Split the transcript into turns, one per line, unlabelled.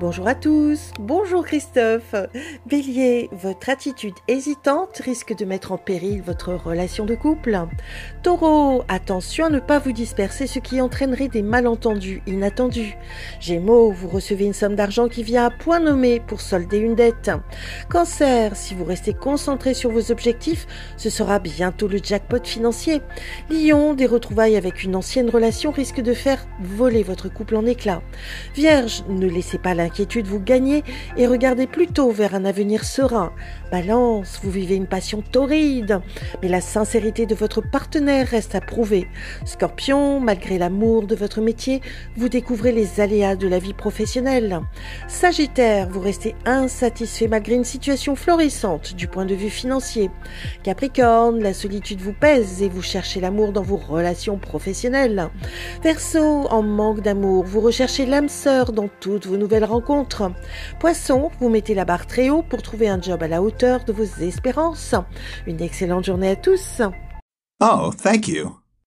Bonjour à tous, bonjour Christophe. Bélier, votre attitude hésitante risque de mettre en péril votre relation de couple. Taureau, attention à ne pas vous disperser, ce qui entraînerait des malentendus inattendus. Gémeaux, vous recevez une somme d'argent qui vient à point nommé pour solder une dette. Cancer, si vous restez concentré sur vos objectifs, ce sera bientôt le jackpot financier. Lion, des retrouvailles avec une ancienne relation risquent de faire voler votre couple en éclats. Vierge, ne laissez pas la inquiétude vous gagnez et regardez plutôt vers un avenir serein. Balance, vous vivez une passion torride, mais la sincérité de votre partenaire reste à prouver. Scorpion, malgré l'amour de votre métier, vous découvrez les aléas de la vie professionnelle. Sagittaire, vous restez insatisfait malgré une situation florissante du point de vue financier. Capricorne, la solitude vous pèse et vous cherchez l'amour dans vos relations professionnelles. Verseau, en manque d'amour, vous recherchez l'âme sœur dans toutes vos nouvelles rencontres rencontre. Poisson, vous mettez la barre très haut pour trouver un job à la hauteur de vos espérances. Une excellente journée à tous.
Oh, thank you.